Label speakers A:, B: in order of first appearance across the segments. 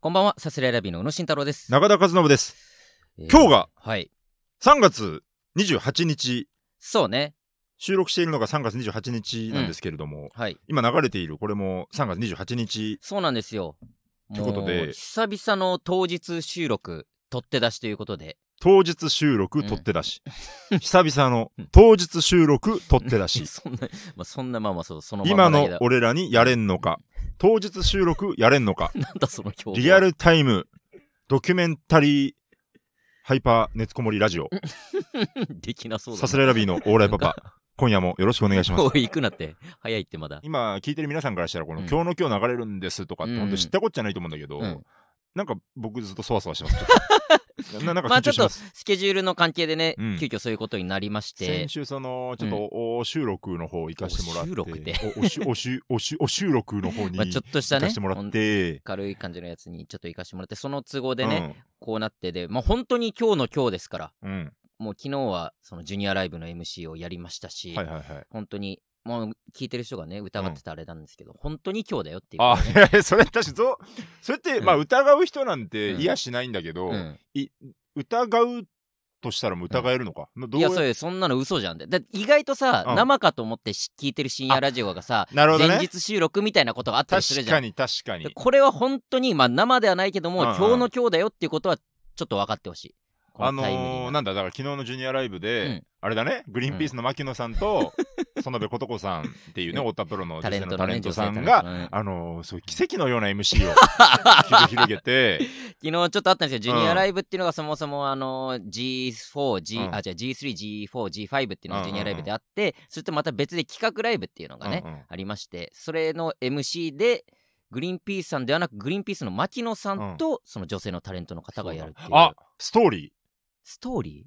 A: こんばんは、サスレラビーの宇野慎太郎です。
B: 中田和信です。
A: えー
B: 今日が
A: はい。
B: 3月28日、
A: そうね。
B: 収録しているのが3月28日なんですけれども、
A: はい。
B: 今流れているこれも3月28日、
A: そうなんですよ。
B: ということで
A: もう久々の当日収録、取って出しということで。
B: 当日収録取って 出し。久々の当日収録取って出 し。
A: そんな、まあ、そんなまあまあそう、そのま
B: 今
A: まだけ
B: の
A: ど。
B: 俺らにやれんのか。当日収録やれんのか。
A: なん だその今日。
B: リア。ルタイムドキュメンタリーハイパー熱こもりラジオ。
A: できなそうだ、
B: サスレラビーのオーラ イパパ。今夜もよろしくお願いします
A: お。い行くなって。早いってまだ。
B: 今聞いてる皆さんからしたらこの
A: う
B: 「
A: ん
B: 今日の今日流れるんです」とかっ
A: う
B: て
A: ん
B: 本当知ったことじゃないと思うんだけど、
A: うん
B: なんか僕ずっとそわそわ してますちょっとななんか
A: ま
B: 緊
A: あちょっ
B: 張してま
A: と
B: す、
A: スケジュールの関係でね、
B: うん
A: 急遽そういうことになりまして
B: 先。週そのちょっとお収録の方行かしてもらって
A: お収録で
B: おおしおしおしお収録の方に
A: まあちょ
B: 行
A: っとした
B: か
A: ね
B: し、てもらって、
A: 軽い感じのやつにちょっと行かしてもらって、その都合でね、
B: うん
A: こうなってで、まあ本当に今日の今日ですから。
B: うん
A: もう昨日はそのジュニアライブの MC をやりましたし、
B: はいはいはい
A: 本当にもう聞いてる人がね疑ってたあれなんですけど、本当に今日だよっていう
B: あ
A: ことね、
B: いやいやそれ私そうそれって、
A: うん
B: まあ疑う人なんて
A: うん
B: いやしないんだけど、
A: うん
B: 疑うとしたらもう疑えるのか、ど
A: いうやそれそんなの嘘じゃんでだって意外とさ、
B: うん
A: 生かと思ってし聞いてる深夜ラジオがさ、
B: なるほど
A: 前
B: ね
A: 日収録みたいなことがあったりする
B: 確
A: じゃ
B: か
A: ん
B: に確かに
A: これは本当にまあ生ではないけども、
B: うんうん
A: 今日の今日だよっていうことはちょっと分かってほしいこ
B: あ
A: のタイミング
B: のー、なんだだから昨日のジュニアライブで、
A: うん
B: あれだねグリーンピースの牧野さん と、園部琴子さんっていうね
A: うん
B: 太田プロの
A: タ
B: 女
A: レ
B: 性
A: ン
B: の
A: ト
B: タ
A: の
B: レ
A: ね
B: ント
A: 女性
B: さん
A: タレン
B: が、
A: トのね
B: あのー、そう奇跡のような MC を繰り広げ て
A: 昨日ちょっとあったんですよ、ジュニ
B: う
A: ア
B: ん
A: ライブっていうのがそもそもあの G4、G
B: うん
A: あじゃ G3、G4、G5 っていうのがジュニアライブで
B: う
A: あって、それとまた別で企画ライブっていうのがね、
B: うんうん
A: ありまして、それの MC で、グリーンピースさんではなく、グリーンピースの牧野さんと、その女性のタレントの方がやるっていう。
B: あストーリ
A: ストーリ
B: ー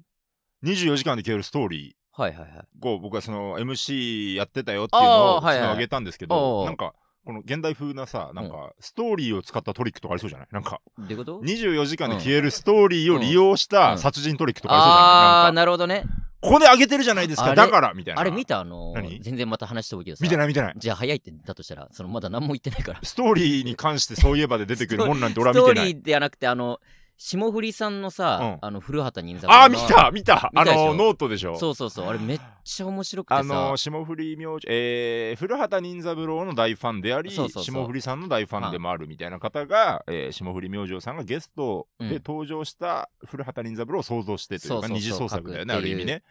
B: 24時間で消えるストー
A: ー
B: リ
A: はいはいはい。
B: ーを僕はその MC やってたよっていうの
A: あ
B: を
A: ーはいはい
B: あげたんですけ
A: お
B: ど
A: う
B: なんかこの現代風なさなんかストーリーを使ったトリックとかありそうじゃないなんか
A: どういうこと
B: 24時間で消えるストーリーを利用し
A: うん
B: た殺人トリックとかありそうじゃないなん
A: あ
B: か
A: ー、なるほどね。
B: ここで上げてるじゃないです
A: あれ
B: か、だからみたいな。
A: あれ見たあのー、
B: 何
A: 全然また話しておいけどさ。
B: 見てない見てない。
A: じゃあ早いってだとしたら、そのまだ何も言ってないから。
B: ストーリーに関してそういえばで出てくるもんなんて俺は
A: スト
B: 見
A: ー
B: てな
A: リ
B: い。
A: ーではなくて、あの、霜降りさんのさ、
B: う
A: あの古畑任三郎の
B: あー、見た見た
A: 見た
B: あ
A: でしょ
B: の、ノートでしょ。
A: そうそうそう、あれめっちゃ面白くてさ。
B: あの、霜降り明星、えー、古畑任三郎の大ファンであり、
A: そうそうそう
B: 霜降りさんの大ファンでもあるみたいな方が、えー霜降り明星さんがゲストで登場した古畑任三郎を想像してというか、
A: そうそうそう
B: 二次創作だよね、
A: 書く
B: あ
A: って
B: る
A: いう
B: 意味ね。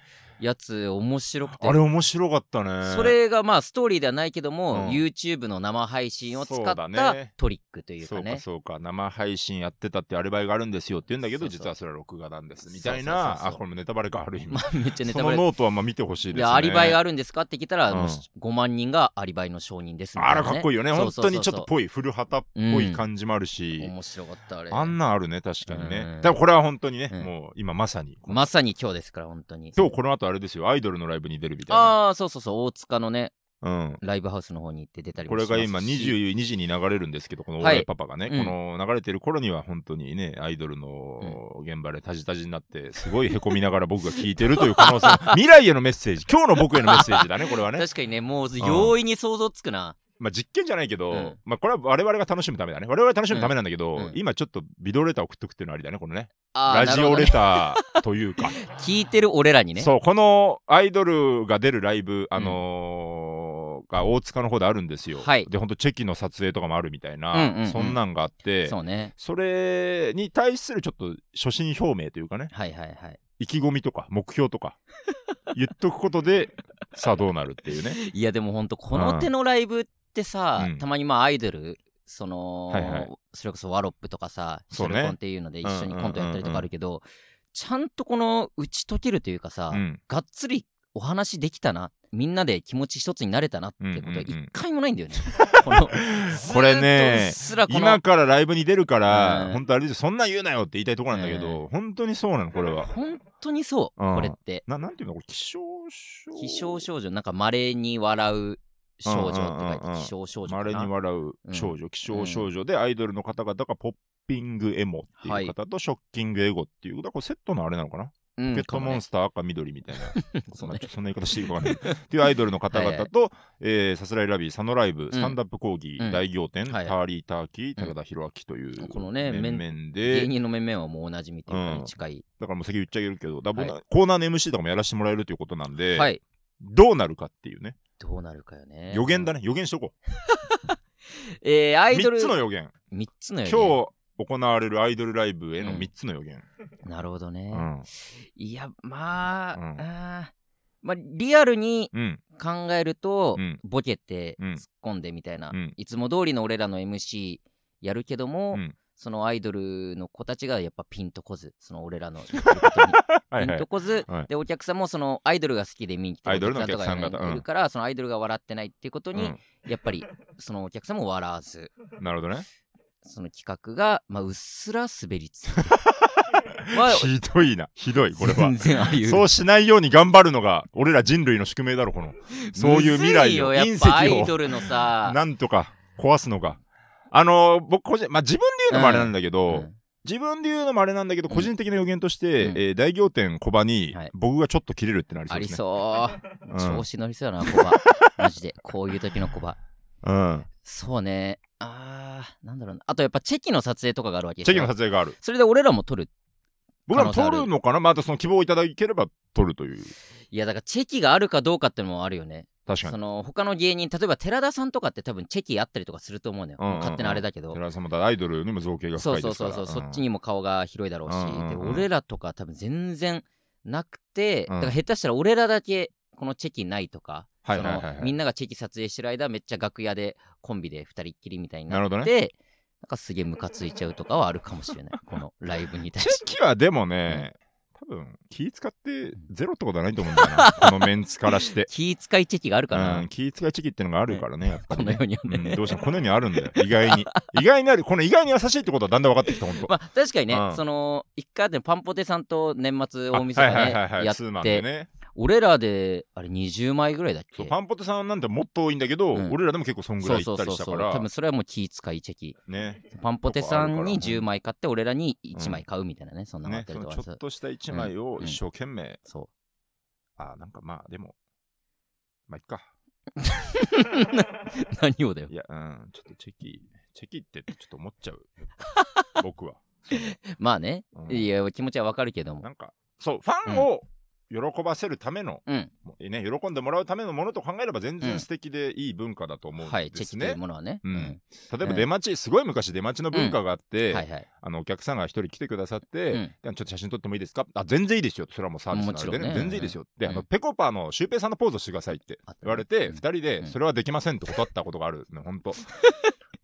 A: やつ面白くて。
B: あれ面白かったね。
A: それがまあストーリーではないけども、
B: うん
A: YouTube の生配信を使っ
B: そうだ
A: た
B: ね
A: トリックというか
B: そう
A: ね
B: かそうか生配信やってたってアリバイがあるんですよって言うんだけど
A: そうそう
B: 実はそれは録画なんですみ
A: そう
B: た
A: そうそう
B: い
A: そう
B: なあこれもネタバレかある意 味、
A: まあめっちゃネ
B: そ
A: タバ
B: の
A: レ
B: ノートはまあ見てほしいです
A: で
B: ね
A: アリバイが
B: あ
A: あるんですかって聞いたら、もう5万人がアリバイの証人ですみたいな、
B: ら
A: ね、
B: かっこいいよね
A: そ
B: 本
A: うそうそう
B: 当にちょっとぽい古畑っぽい感じもあるし、
A: 面白かったあれ
B: あんなあるね確かにね、
A: うん
B: だからこれは本当にね、
A: うん
B: もう今まさに
A: まさに今日ですから本当に
B: 今日この後あれですよアイドルのライブに出るみたいな、
A: ああそうそうそう大塚のね
B: うん、
A: ライブハウスの方に行って出たり
B: こ
A: も
B: れが
A: しま
B: 今
A: すし
B: 22時に流れるんですけどこのオーライパパがね、
A: はいうん
B: この流れてる頃には本当にねアイドルの現場でタジタジになってすごいへこみながら僕が聞いてるという可 能性未来へのメッセージ今日の僕へのメッセージだねこれはね、
A: 確かにねもうん容易に想像つくな、
B: まあ、実験じゃないけど、
A: うん
B: まあ、これは我々が楽しむためだね我々が楽しむためなんだけど、
A: うんうん
B: 今ちょっとビデオレター送っとくっていうのはありだねこのね
A: あー
B: ラジオレ
A: なる
B: ターというか、
A: ほどね聞いてる俺らにね
B: そうこのアイドルが出るライブあのーが大塚の方であるんですよ、
A: はい
B: で本当チェキの撮影とかもあるみたいな、
A: うんうんうん
B: そんなんがあって
A: そうね
B: それに対するちょっと初心表明というかね
A: はいはいはい
B: 意気込みとか目 標とか言っとくことでさあどうなるっていうね
A: いやでもほんとこの手のライブってさ、
B: うん
A: たまにまあアイドルその、
B: はいはい
A: それこそワロップとかさ、シ
B: そ
A: ャ
B: うね
A: ルコンっていうので一緒にコントやったりとかあるけど、ちゃんとこの打ち解けるというかさ、
B: うん
A: がっつりお話できたなみんなで気持ち一つになれたなってことは
B: うんうんうん
A: 一回もないん だよね、この
B: これ
A: ずー
B: ね
A: っとうっすらこの
B: 今からライブに出るから、
A: うん
B: 本当あれですよそんなん言うなよって言いたいところなんだけど、本当にそうなのこれは
A: 本当にそう、
B: うん
A: これって
B: ななんていうのこれ気象症
A: 気象少女なんか稀に笑う少女って書い
B: うんうんうんう
A: て
B: ん
A: 気象少女
B: ま
A: か
B: れ
A: な
B: に笑う少女、気象少女でアイドルの方々がポッピングエモっていう方とショッキングエゴっていうだからこれセットのあれなのかな
A: うん
B: ポケットモン
A: ス
B: スター赤緑みたいな、 そんな
A: ね
B: そんな言い方していいかわかんない。っていうアイドルの方々と、 えーさすらいラビー、サノライブ、スタンダップ講義、
A: うん
B: 大仰天、
A: はい
B: ターリー・ターキー、高田博明という、
A: うんこのね
B: 面々
A: 芸
B: で、
A: 人の面々はもうおなじみというか、近い。
B: だからもう先言っちゃいるけど、だから僕
A: は
B: コーナーの MC とかもやらせてもらえるということなんで、
A: はい。
B: どうなるかっていうね、
A: どうなるかよね。
B: 予言だね、予言しとこ
A: えー、ア
B: う。
A: イドル。
B: 3つの予言。
A: 三つの予言。
B: 今日行われるアイドルライブへの
A: うん
B: 3つの予言。
A: なるほどね。
B: うん。
A: いや、まあ、
B: うん
A: あーまあ、リアルに
B: うん。
A: 考えると、
B: うん
A: ボケて
B: うん
A: 突っ込んでみたいな、
B: うん
A: いつも通りの俺らの MC やるけども、
B: うん
A: そのアイドルの子たちがやっぱピンとこず、その俺らの言ってることに
B: はい
A: ピ
B: は
A: ンと
B: い。
A: こず、
B: はい
A: で、お客さんもそのアイドルが好きで見に来てる
B: アイドルのお客さん
A: とかが
B: うん
A: いるから、そのアイドルが笑ってないっていうこと
B: う
A: に、
B: ん、
A: やっぱ りそのお客さんも笑わず、
B: なるほどね。
A: その企画が、まあ、うっすら滑りつつ。 まあ
B: ひどいな。ひどい、こ れは
A: 全。然ああいう。
B: そうしないように頑張るのが俺ら人類の宿命だろこのそういう未来を
A: むずいよ
B: 隕
A: やっぱアイ
B: 石
A: ド
B: を
A: ルのさ。
B: なんとか壊すのがあのー僕個人まあ自分で言うのもあれなんだけ
A: う
B: ど、
A: ん
B: 自分で言うのもあれなんだけど
A: うん
B: 個人的な予言として、
A: うん
B: えー大仰天小バに
A: はい
B: 僕がちょっと切れるってなりそ
A: あ
B: うで
A: り
B: すね、
A: そう。
B: うん
A: 調子乗りそうやな、コ バ。マジで。こういう時のコバ。
B: うん、
A: そうね。あー、なんだろうな。あとやっぱチェキの撮影とかがあるわけでし
B: チ
A: ょ
B: ェキの撮影がある
A: それで俺らも撮る。
B: 僕らも撮るのかなまたその希望をいただければ撮るという
A: いや、だからチェキがあるかどうかってのもあるよね。
B: 確か
A: そ
B: に
A: の、他の芸人、例えば寺田さんとかって多分チェキあったりとかすると思うのよ。
B: うんうんうん
A: 勝手なあれだけど。
B: 寺田さんもだアイドルにも造形が
A: そ
B: 深
A: う
B: い
A: そ
B: で
A: う
B: すか
A: そう
B: ら
A: そう、そっち
B: に
A: にも顔が広いだろうし、
B: うんうんうん
A: で俺らとか多分全然なくて、
B: う
A: だ
B: ん
A: から下手したら俺らだけこのチェキないとか、
B: はいはいはいはい
A: そのみんながチェキ撮影してる間めっちゃ楽屋でコンビで2人っきりみたいに
B: な
A: な
B: る
A: って
B: ほど
A: なんかすげえムカついちゃうとかはあるかもしれないこのライブに対
B: チ
A: して。
B: ェキはでもね、多分気使ってゼロってことはないと思うんだよな、このメンツからして
A: 気使いチェキがあるかな、
B: うん、気使いチェキってのがあるからね、やっぱ
A: こ
B: り
A: の
B: ね、
A: 世にはね、
B: うん、どうしてもこの世にあるんだよ、意外 に。意外にある、この意外に優しいってことはだんだん分かってきた、ほんと。
A: まあ確かにね、
B: うん
A: その一回でパンポテさんと年末
B: あ
A: 大晦日
B: はいはいはいは
A: ね
B: い
A: やっ
B: ツーマン
A: て、
B: でね
A: 俺らであれ20枚ぐらいだっ
B: そう
A: け
B: パンポテさんなんてもっと多いんだけど、
A: うん
B: 俺らでも結構そんぐ
A: そ
B: ら
A: う
B: い行
A: そう
B: った
A: そ
B: り
A: う
B: した
A: そ
B: か
A: う
B: ら
A: 多分それはもう気使いチェキ
B: ね
A: パンポテさんに
B: とこあるから
A: 10枚買って俺らに1枚買うみたいなね、そんなのあっ
B: ね
A: た
B: そ
A: りと
B: の
A: か
B: ちょっとした一枚を
A: うん
B: 一生懸命、
A: そ
B: あなんかまあでもまあいっか
A: う 何をだよ
B: いやうんちょっとチェキチェキってちょっと思っちゃう僕は
A: まあね、
B: うん
A: いや気持ちはわかるけども
B: なんか、そう、ファンを喜ばせるための、
A: うん
B: もうね、喜んでもらうためのものと考えれば全
A: う
B: 然
A: ん
B: 素敵でいい文化だと思うん
A: はいチ
B: で
A: ェ
B: す
A: キとい
B: ね
A: う。ものはね、
B: うん
A: うん
B: 例えば
A: うん
B: 出待ち、すごい昔出待ちの文化があって、
A: はいはい、
B: あのお客さんが一人来てくださっ
A: う
B: て、
A: ん
B: ちょっと写真撮ってもいいですかあ全然いいですよそれはもうサービスなんで、
A: もちろんね
B: 全然いいですよ、であの
A: うん
B: ペコパのシュウペイさんのポーズをしてくださいって
A: あったね
B: 言われて、
A: うん
B: 二人で
A: うん
B: それはできませんって断ったことがあるの本当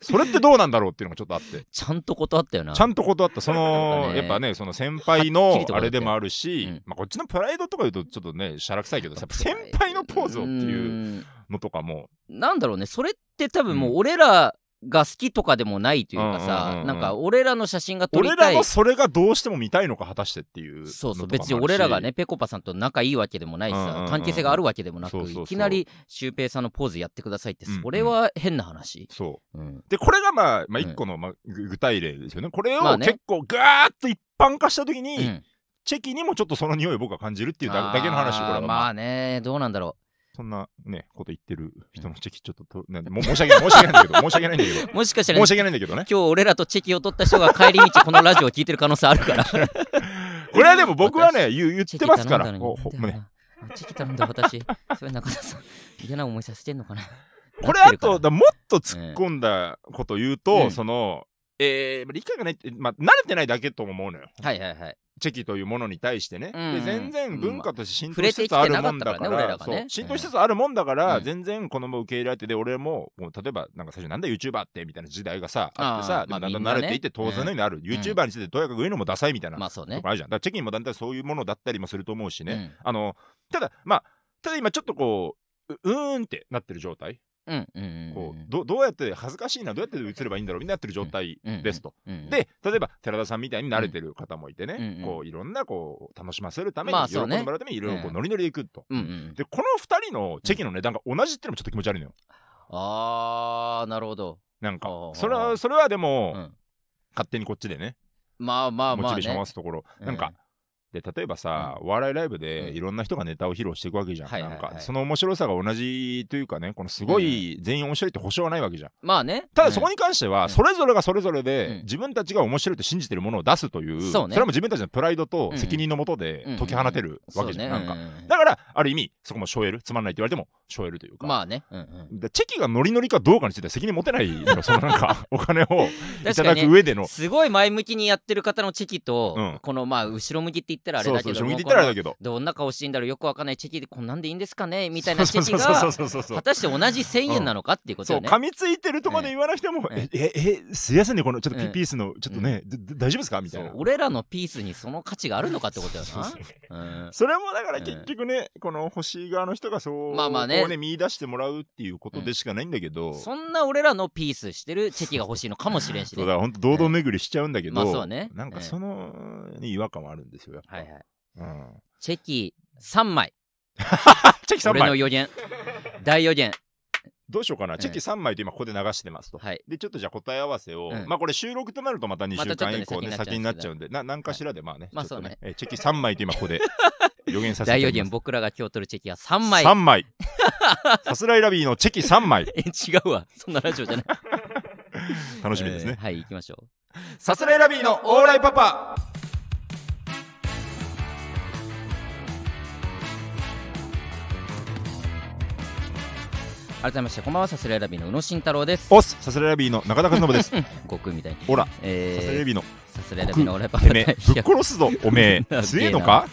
B: それってどうなんだろうっていうのがちょっとあって
A: ちゃんと断ったよな
B: ちゃんと断った、その、
A: ね
B: やっぱね、その先輩
A: はっき
B: の
A: りと断
B: あ
A: ったよ
B: れでもあるし、
A: うん
B: まあこっちのプライドとか言うと、ちょっとね、しゃらくさいけどさ、やっぱ先輩のポーズをっていう
A: うん
B: のとかも、
A: なんだろうねそれって多分もう俺らが好きとかでもないというかさ、
B: うんうんうんうん
A: なんか俺らの写真が撮り
B: 俺
A: た
B: ら
A: い
B: のそれがどうしても見たいのか、果たしてっていうのとかもあるし。
A: そうそう別に俺らがねぺこぱさんと仲いいわけでもないしさ、
B: うんうんうん
A: 関係性があるわけでもなく
B: そうそうそう
A: いきなりシュウペイさんのポーズやってくださいって
B: うんうん
A: それは変な話、
B: そ
A: うん
B: う。で、これがまあ、まあ、
A: うん
B: 一個の、まあ、具具体例ですよね。これ
A: まあ
B: を
A: ね
B: 結構、ガーッと一般化したとき
A: う
B: に、
A: ん
B: チェキにもちょっとその匂いを僕は感じるっていうだだけの話、これ
A: あ
B: は
A: ー
B: まあ。
A: まあねどうなんだろ
B: そんなね、こと言ってる人のチェキ、ちょっとと、ね、も申し訳ない、申し訳ないんだけど、申し訳ないんだけど、
A: うもしかしたら、
B: 申し訳ないんだけどね。
A: 今日俺らとチェキを取った人が帰り道このラジオを聞いてる可能性ある から
B: これはでも僕はね、言う言っ
A: チェ
B: て
A: キ
B: ますから。
A: 頼んだ
B: ほ
A: の
B: ほ
A: に
B: ね
A: チェキ頼んだ私 それ中田さん嫌な思いさせてんのかな
B: これ
A: なっ
B: あ
A: てるから
B: とだもっと突っ込んだこと言う
A: う
B: と、
A: ん
B: その、えー、理解がないって、まあ、慣れてないだけとも思うのよ
A: はいはいはい
B: チェキというものに対してね、
A: うん
B: で全然文化として浸
A: 触
B: 透
A: れ
B: してつ
A: き
B: つ
A: てな
B: ある
A: か
B: も
A: っ
B: ん
A: た
B: だ
A: からね
B: か
A: 俺
B: ら
A: らがね
B: そう浸透しつつあるもんだから、
A: うん
B: 全然このまま受け入れられてで俺ももう例えばなんか最初なんだ YouTuber ってみたいな時代がさあっ
A: あ
B: てさ
A: ー
B: でも
A: ま
B: だ
A: あ
B: ん
A: み
B: だん
A: んな
B: 慣
A: ね
B: れていって当然のようにある、YouTuber についてとやかく言うのもダサいみたいな
A: まあそうね
B: とかあるじゃんだからチェキにもだんだんそういうものだったりもすると思うしね、
A: うん
B: あのただまあただ今ちょっとこうううーんってなってる状態
A: うんうんうん
B: こうどどうやって恥ずかしいなどうやって映ればいいんだろうみんなやってる状態
A: うんうん
B: ですと。
A: うんうん
B: で例えば寺田さんみたいに慣れてる方もいてね、
A: うんうん
B: こういろんなこう楽しませるために、
A: まあ
B: 喜
A: そうん
B: で
A: ね
B: もらうためにいろいろこう
A: うん
B: ノリノリでいくと。
A: うんうん
B: でこの2人のチェキの値段が同じっていうのもちょっと気持ち悪いのよ。
A: あーなるほど、
B: なんか
A: あー
B: それはそれはでも、
A: うん
B: 勝手にこっちでね
A: まあまあ
B: モ
A: ま
B: チ
A: あ
B: ベーション合
A: ね
B: わすところ、
A: うん
B: なんかで例えばさ、お笑いライブで
A: うん
B: いろんな人がネタを披露していくわけじゃん、
A: はいはいはい
B: なんかその面白さが同じというかねこのすごい全員面白いって保証はないわけじゃん、
A: まあね
B: ただそこ
A: に、
B: に関して
A: う
B: は
A: ん
B: それぞれがそれぞれで、
A: うん
B: 自分たちが面白いと信じてるものを出すという
A: そうね
B: れも自分たちのプライドと
A: うん
B: 責任のもとで
A: うん
B: 解き放てるわけじゃん、
A: そうね
B: なんか、
A: うん
B: だからある意味そこもしょえるつまんないって言われてもしょえるというか、
A: まあね、うんうん、
B: でチェキがノリノリかどうかについては責任持てないのよそのなんかお金をい
A: 確か
B: ただ
A: に
B: く
A: ね、
B: 上での、
A: すごい前向きにやってる方のチェキと、
B: うん
A: このまあ後ろ向きって言ったらあれ
B: そう
A: だ
B: そ
A: け
B: う
A: ど
B: 正
A: も
B: 味で言ったらあれ
A: こ
B: だけど
A: のどんな顔してんだろうよくわかんないチェキでこんなんでいいんですかねみたいなチェキ
B: そう
A: が
B: そうそうそうそう
A: 果たして同じ1000円なのかっていうこと
B: そう
A: よね。
B: 噛みついてるとまで言わなくても、
A: え
B: えええすいませんねこのちょっと
A: え
B: ピ
A: え
B: ピースのちょっとね、でで大丈夫ですかみたい
A: そう
B: な
A: 俺らのピースにその価値があるのかってことよ
B: そうそう
A: な。うん
B: それもだから結局ね、この星側の人がそう
A: まあまあね
B: こう見出してもらうっていうことでしかないんだけど、そう
A: そんな俺らのピースしてるチェキが欲しいのかもしれんしね。
B: だから本当堂々巡りしちゃうんだけど、
A: まあそうね。
B: なんかそ
A: の、
B: の、ね違和感はあるんですよやっぱ、
A: はいはい。
B: うん、
A: チェキ3枚。
B: チェキ3
A: 俺の
B: 枚
A: 予 言。大予言。
B: どうしようかな、
A: ええ
B: チェキ3枚と今ここで流してますと、
A: はい。
B: でちょっとじゃあ答え合わせを、
A: うん
B: まあこれ収録となるとまた2週間以
A: またち
B: 降ね、
A: ょっとね
B: 先になっちゃうんでな何かしらでまあね,、
A: まあ
B: ちょっ
A: そ
B: と
A: うね
B: えチェキ3枚と今こ こで予言させて
A: 大
B: い
A: 予
B: ただきま
A: 言、
B: す
A: 僕らが今日取るチェキは3枚。
B: 3枚 さすらいラビーのチェキ3枚
A: え違うわ。そんなラジオじゃない。
B: 楽しみです
A: え
B: ね
A: ーはい、行きましょう。
B: さすらいラビーのオーライパパ
A: 改めまして、こんばんは、サスレラビーの宇野慎太郎です。
B: おっすさすらいラビーの中田和信 です
A: 悟空みたいに。
B: ほらさすらいラ
A: え
B: ビーの
A: ー、サスレラビーのオーライパ
B: て
A: ー
B: めえ
A: 第
B: ぶっ殺すぞおめ え強えのか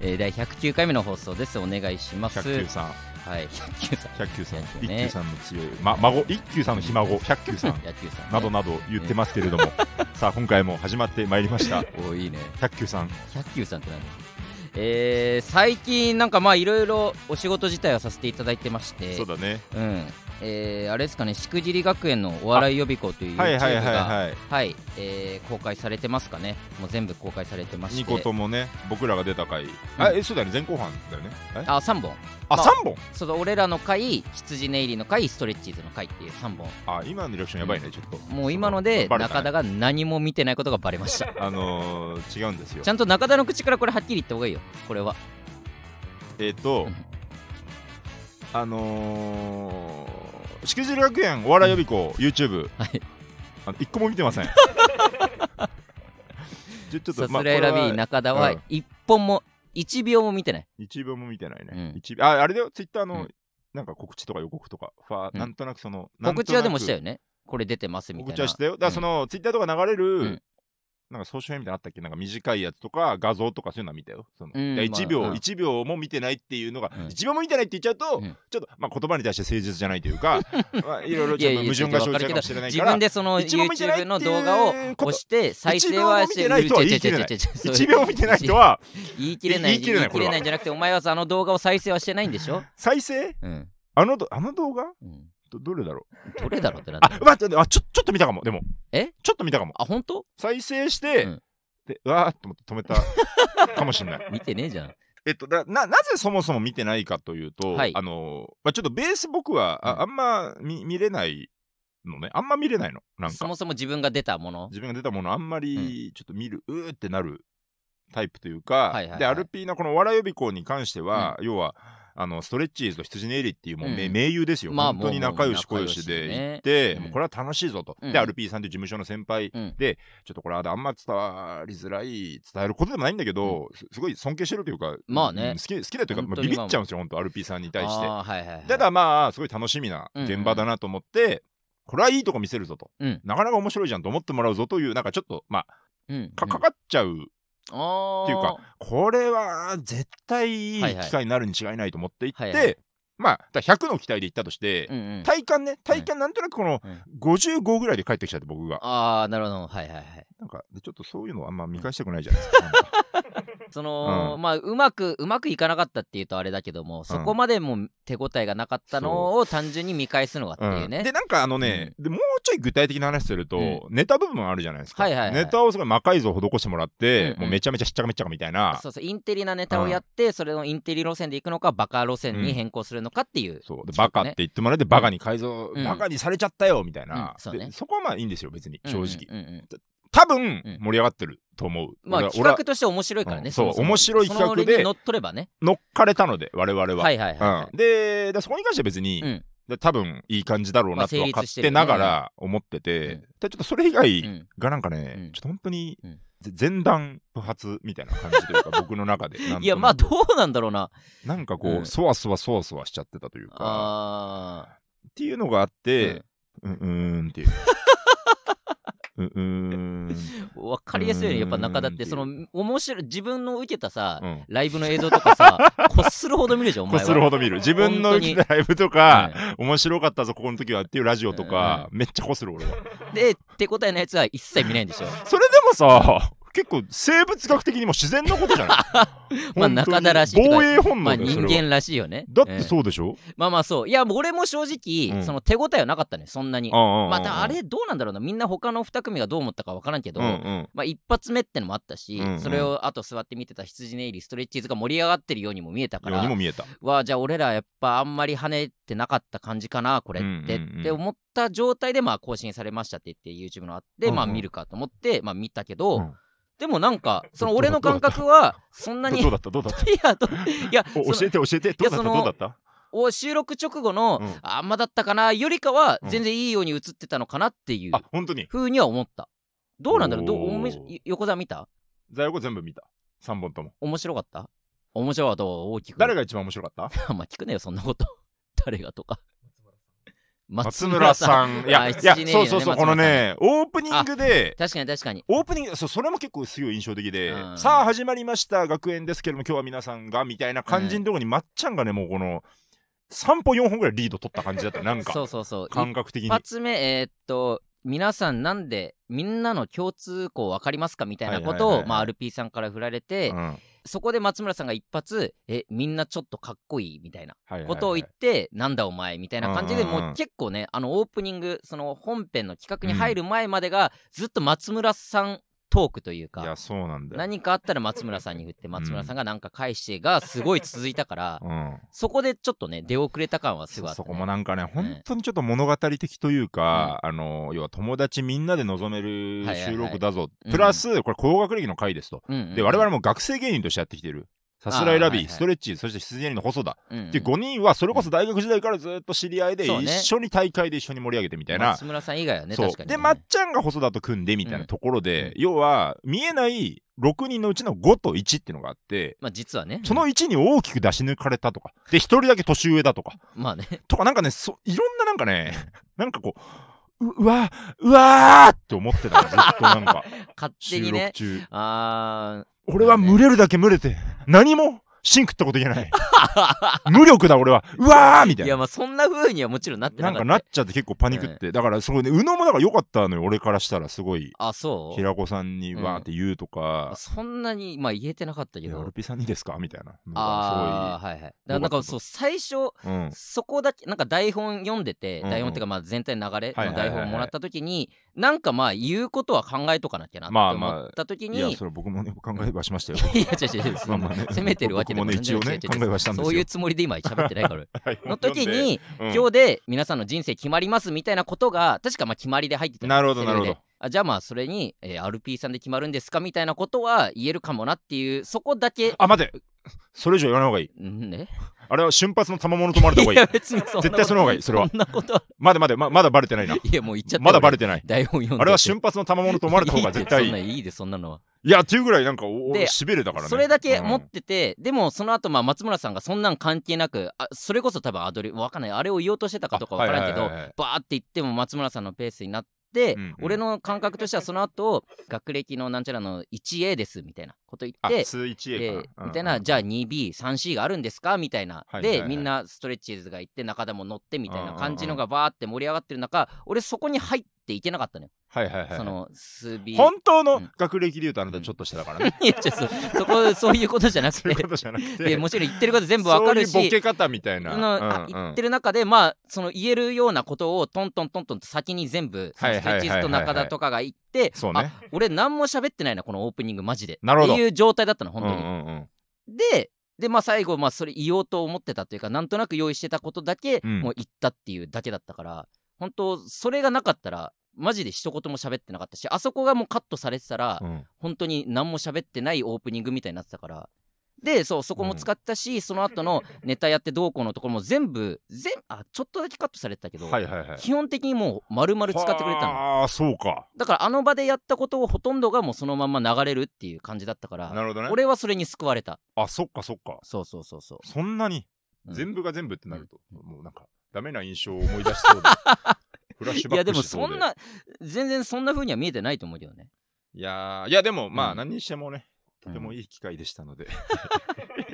A: えー第109回目の放送です。お願いします。
B: 百球さん
A: はい、109さん。
B: 百球さん
A: 百球
B: 一
A: ね
B: 球さんの強い、ま、孫一球さんのひ孫百 球 さん
A: 野球さん、ね。
B: などなど言ってますけ れども、さあ今回も始まってまいりました
A: おいいね。
B: 百球さん
A: 百球さんって何えー、最近なんかまあいろいろお仕事自体はさせていただいてまして
B: そうだね
A: うんえー、あれですかねしくじり学園のお笑い予備校という
B: はい
A: YouTube が
B: はいはい
A: は
B: はい
A: いえー公開されてますかねもう全部公開されてまして
B: 2個ともね僕らが出た回、あえそうだよね前後半だよねえ
A: あ3本
B: あ
A: まあ
B: 三本
A: その俺らの回羊ネイリーの回ストレッチーズの回っていう3本
B: あ今のリアクションやばいねちょっと
A: もう今ので
B: バレたね
A: 中田が何も見てないことがバレました
B: あのー、違うんですよ
A: ちゃんと中田の口からこれはっきり言った方がいいよこれは
B: えっ、と
A: うん
B: あのー、しくじり学園お笑い予備校、YouTube
A: はい
B: あの一個も見てませんちょちょっ
A: さ
B: と
A: すらいラビー
B: まあこ
A: 中田
B: う
A: は
B: ん
A: 1本も1秒も見てない
B: れは一部も見てないね、
A: うん
B: 一部ああれだよツイッターの、
A: うん
B: なんか告知とか予告とかファー
A: うん
B: なんとなくその、なんと
A: 告
B: なく
A: 知はでもしたよね。これ出てますみたいな。
B: 告知はしたよだからその、ツイッターとか流れる、
A: うん
B: なんか総集編みたいなのあったっけなんか短いやつとか画像とかそういうのは見たよ。その
A: うん
B: だから1秒、
A: まあうん
B: 一秒も見てないっていうのが、
A: うん
B: 一秒も見てないって言っちゃうと、
A: うん
B: ちょっと、まあ、言葉に対して誠実じゃないとい うか、まあ、いろいろ
A: い
B: ちょ
A: や
B: っ
A: い
B: と
A: や
B: 矛盾が生じるかもしれない
A: 自
B: か
A: 分
B: ら。
A: でその
B: 一番見てな
A: YouTube
B: いっていう
A: の動画を
B: こと
A: 押して再生はして
B: 一番見てない人は言い切れな
A: 言い切れない
B: い1秒も見てない人は言い切れないこれは
A: 言い切れないんじゃなくてお前はさあの動画を再生はしてないんでしょ
B: 再生
A: うん、
B: あのどあの動画
A: うん、
B: どどれだろう
A: どれだろうってなっ
B: あ
A: て
B: 待って待ってあちょちょっと見たかもでも
A: え
B: ちょっと見たかも
A: あ本当
B: 再生して、
A: うん
B: でうわーっと思って止めたかもしれない
A: 見てねえじゃん
B: えっと、だななぜそもそも見てないかというと、
A: はい
B: あのまあ、ちょっとベース僕は
A: うん
B: ああんま見見れないのねあんま見れないのなん
A: そ
B: か
A: もそも自分が出たもの
B: 自分が出たものあんまりちょっと見る、うーってなるタイプという
A: は
B: か、
A: いはいはい
B: でアルピーなこのお笑い予備校に関しては、要はあのストレッチーズと羊ネイリっていうもう名,、
A: うん
B: 名優ですよ、
A: まあ
B: 本当に
A: もう
B: 仲良し小良し
A: 仲良し
B: で
A: ね
B: 行って、
A: うん
B: もうこれは楽しいぞと、
A: うん
B: でアルピーさんという事務所の先輩
A: うん
B: でちょっとこれはあんま伝わりづらい伝えることでもないんだけど、すすごい尊敬してるというか、
A: まあね
B: うん好き好きだというか、ま
A: 本
B: あ、
A: 当
B: ビ
A: に
B: ビ
A: まあ
B: っちゃうんですよ本当アルピーさんに対して。
A: あーはいはいはい
B: ただまあすごい楽しみな現場だなと思って、これはいいとこ見せるぞと、
A: うん
B: なかなか面白いじゃんと思ってもらうぞというなんかちょっとまあ
A: うん
B: かか
A: っ
B: かっちゃう、っていうかこれは絶対いい
A: はいはい
B: 機会になるに違いないと思っていって、
A: はいはい
B: まあだから100の期待でいったとして、
A: うんうん、
B: 体感ね体感なんとなくこの
A: うん
B: 55ぐらいで帰ってきちゃって僕が
A: ああなるほどはいはいはい
B: なんかでちょっとそういうのあんま見返したくないじゃない ですかなんか。
A: その、
B: う
A: まあうまくうまくいかなかったっていうとあれだけどもそこまでもう手応えがなかったのを単純に見返すのがっていうね、
B: でなんかあのね、でもうちょい具体的な話すると、
A: うん
B: ネタ部分あるじゃないですか、
A: はいはいはい
B: ネタをすごい魔改造を施してもらっ
A: うん
B: て、
A: うん
B: もうめちゃめちゃしっちゃかめっちゃかみたいな
A: そうそうインテリなネタをやって、それのインテリ路線で行くのかバカ路線に変更するのかっていう、
B: そうで
A: そうね
B: バカって言ってもらってバカに改造、
A: うん
B: バカにされちゃったよみたいな、
A: うんそうね
B: でそこはまあいいんですよ別に
A: うん
B: 正直、
A: うんうんうん
B: 多分
A: うん
B: 盛り上がってると思う。
A: まあ
B: 俺は
A: 企画として面白いから
B: う
A: ね。
B: んそう
A: もも
B: 面白い企画で
A: そのノリに乗っ取ればね。
B: 乗っかれたので我々は。
A: はいはいはいはい
B: うん、ででそこに関しては別に、
A: うん
B: で多分いい感じだろうなとは
A: まあ成
B: 勝
A: 立して
B: 手
A: るよね
B: ながら思ってて、
A: うん
B: でちょっとそれ以外、
A: うん
B: がなんかね、
A: うん
B: ちょっと本当に
A: うん
B: ぜ前段不発みたいな感じとい うか僕の中でなんとなく
A: いやまあどうなんだろうな。
B: なんかこう、
A: うん
B: そわそわそわそわしちゃってたというか
A: あ
B: っていうのがあっ
A: ー
B: て、うん、うーんっていう。うんう ーん
A: うんわかりやすいよねやっぱ中田っ
B: うーんってい
A: て
B: う
A: その面白い自分の受けたさ
B: う。ん
A: ライブの映像とか さ、こするほど見るじゃん、お
B: こ
A: 前は。
B: するほど見る自分の
A: 本当に
B: ライブと
A: は
B: か
A: い、
B: 面白かったぞここの時はっていうラジオとか、めっちゃこする俺は
A: で、手応えのやつは一切見ないんでしょ。
B: それでもさ結構生物学的にも自然なことじゃない本 当
A: まあ
B: に
A: 中田らしいけど
B: 防衛本
A: まあ
B: 能だよ
A: 人
B: それは
A: 間らしいよね。
B: だって
A: うん
B: そうでしょ、
A: まあまあそう。いや、俺も正直、
B: うん
A: その手応えはなかったね、そんなに。
B: あ
A: またあれどうなんだろうな、みんな他の2組がどう思ったかわからんけど、
B: うんうん
A: まあ、一発目ってのもあったし、
B: うんうん
A: それをあと座って見てた羊ネイリストレッチーズが盛り上がってるようにも見えたか
B: ようにも
A: ら
B: 見えた
A: わあじゃあ俺らやっぱあんまり跳ねてなかった感じかなこれって、
B: うんうんうん
A: って思った状態でまあ更新されましたって言って YouTube のあって、まあ
B: うんうん
A: 見るかと思って、まあ、見たけど、
B: うん
A: でもなんかその俺の
B: どうだ
A: 感
B: った
A: 覚はそんなにい
B: どどうだったどうだった
A: やどいや
B: お
A: そ
B: 教
A: の
B: えて教えてどうだった
A: その
B: どうだった
A: お収録直後の、
B: うん
A: あんまだったかなよりかは
B: うん
A: 全然いいように映ってたのかなっていう
B: あ本当に
A: ふうには思った。どうなんだろうどう
B: おー
A: おもし横澤見た
B: 在庫全部見た3本とも
A: 面白かった面白かった大きく
B: 誰が一番面白かった
A: あんま聞くねよそんなこと誰がとか
B: 松村
A: ん
B: さんいや
A: あ
B: いや
A: 羊ね
B: そうそうそ
A: 松村
B: う
A: さ
B: こ
A: ん
B: のねオープニングで
A: 確かに確かに
B: オープニングそうそれも結構すごい印象的で、
A: うん
B: さあ始まりました学園ですけども今日は皆さんがみたいな感じのところに、まっちゃんがねもうこの3歩4歩ぐらいリード取った感じだったよなん か
A: そうそうそう
B: 感覚的に
A: 一発目えーっと皆さんなんでみんなの共通項分かりますかみたいなことを、
B: はいはいはいはい
A: まあ、RP さんから振られて、
B: うんはい
A: そこで松村さんが一発「えみんなちょっとかっこいい」みたいな
B: はいはい
A: ことを言って、なんだお前みたいな感じで、
B: うんうんうん
A: もう結構ねあのオープニングその本編の企画に入る前までが、ずっと松村さんトークという
B: い
A: か
B: やそうなんだよ
A: 何かあったら松村さんに振って松村さんが何か返してがすごい続いたから、
B: うん
A: そこでちょっとね出遅れた感はすごいあった、
B: そ
A: ね、
B: こもなんかね本当にちょっと物語的というか、あの要は友達みんなで望める
A: はいはいはい
B: 収録だぞ、
A: うん
B: プラスこれ高学歴の回ですと、
A: うんうん、
B: で我々も学生芸人としてやってきてるさすらいラビー、
A: あーはいはい
B: ストレッチーズそして出演の細田、
A: うんうん、
B: っていう5人はそれこそ大学時代からずっと知り合いで
A: そう
B: 一
A: ね
B: 緒に大会で一緒に盛り上げてみたいな、
A: 松村さん以外はね
B: そう
A: 確かにね、
B: でまっちゃんが細田と組んでみたいなところで、要は見えない6人のうちの5と1っていうのがあって
A: まあ実はね
B: その1に大きく出し抜かれたとかで1人だけ年上だとか
A: まあね
B: とかなんかねそいろんななんかねなんかこうううわうわーって思ってたのずっとな んか
A: 勝手
B: 収
A: に
B: 録
A: ね
B: 中
A: あ
B: 俺は群れるだけ群れて何も芯食ったこといけない無力だ俺はうわーみ
A: ー
B: た
A: い
B: い
A: や
B: な。
A: まあそんな風にはもちろんなってな
B: な
A: んかっ
B: か
A: た
B: なっちゃって結構パニックって、だからすごいね宇野もだから良かったのよ俺からしたらすごい
A: あそう
B: 平子さんにわーって言うとか、
A: そんなにまあ言えてなかったけ
B: いや、
A: ど
B: ルピさんにですかみたいな。
A: ああはいはいだからなん
B: よかっ
A: か
B: た
A: そう最初
B: すごい。うん。
A: そこだけなんか台本読んでて、
B: うんうん
A: 台本っていうかまあ全体の流れ
B: はいは
A: の
B: いはい
A: 台
B: はい
A: 本もらった時に、なんかまあ言うことは考えとかなきゃなって
B: まあまあ
A: 思った時に、
B: いや、 それ僕もね、考えはしましたよ。
A: いや違う違う違うそ
B: まあ
A: んな
B: まあね
A: 責めてるわけでも
B: 僕もね
A: 全然
B: 一応
A: 違う違
B: ね
A: う
B: 考えはしたんですよ
A: そういうつもりで今喋ってないからの時に、
B: うん、
A: 今日で皆さんの人生決まりますみたいなことが確かまあ決まりで入ってた
B: なるほど
A: セリフで
B: なるほ
A: あじゃあまあそれに、えー、RP さんで決まるんですかみたいなことは言えるかもなっていうそこだけ
B: あ、待てそれ以上言わない方がいい。
A: んね
B: あれは瞬発の賜物と思われた方が いい。
A: 別にそんなこと
B: 絶対その方がいいそれは
A: そんなことは
B: まだまだ、ままだバレてないな。
A: いやもう言っちゃった
B: まだバレてない。
A: 台本読んで
B: あれは瞬発の賜物と思われた方が絶対い
A: いい
B: い。
A: ですそんないいですそんなのはい
B: や、っていうぐらいなんか、お
A: で
B: しびれたからね。
A: それだけ持
B: も
A: ってて、でもその後まあ松村さんがそんなん関係なくあそれこそ多分アドリブわかんないあれを言おうとしてたかとかわからんけど、
B: あはいはいはいはい
A: バーって言っても松村さんのペースになって、
B: うんうん
A: 俺の感覚としてはその後学歴のなんちゃらの 1A ですみたいなこと言
B: あ、
A: って。
B: 数一
A: え
B: へ
A: ーみたいな、じゃあ 2B3C があるんですかみたいな、
B: はい
A: で、
B: はいはい
A: みんなストレッチーズが行って中田も乗ってみたいな感じのがバーって盛り上がってる中俺そこに入っていけなかったのよ、
B: あ。はいはいはい。
A: その数 B
B: 本当の学歴で言うとあなたちょっとしただから ね。
A: いやちょっとそこそういうことじゃなく
B: そういう
A: て
B: ことじゃなく
A: い
B: て
A: や。もちろん言ってること全部わかるし
B: そういうボケ方みたいな。
A: のあ
B: うんう
A: 言
B: ん
A: ってる中でまあその言えるようなことをトントントントンと先に全部そ
B: は
A: の
B: い
A: ス
B: は
A: ト
B: いはい
A: レ
B: は
A: ッ
B: い
A: チーズと中田とかが言って
B: そうね
A: あ。俺何も喋ってないなこのオープニングマジで
B: なるほど
A: っていう状態だったの本当に。
B: うんうんうん
A: ででまあ最後まあそれ言おうと思ってたというかなんとなく用意してたことだけ
B: うん
A: もう言ったっていうだけだったから、本当それがなかったらマジで一言も喋ってなかったしあそこがもうカットされてたら、
B: うん
A: 本当に何も喋ってないオープニングみたいになってたからでそうそこも使ったし、その後のネタやってどうこうのところも全部全あちょっとだけカットされてたけど、
B: はいはいはい。
A: 基本的にもう丸々使ってくれたの
B: ああ、そうか。
A: だからあの場でやったことをほとんどがもうそのまま流れるっていう感じだったから
B: なるほどね。
A: 俺はそれに救われた
B: あ、そっかそっか。
A: そうそうそうそう
B: そんなに、
A: うん
B: 全部が全部ってなると、
A: うん
B: もうなんか、ダメな印象を思い出しそうで。フラッ
A: い
B: シュバ
A: や
B: ッ
A: で
B: ク
A: も
B: しそ
A: そう
B: で。
A: ん。な全然そんな風には見えてないと思うけど ね
B: いやーいやでも、ま
A: う
B: あ、
A: ん
B: 何にしても
A: う
B: ね、
A: ん
B: とてもいい機会でしたので。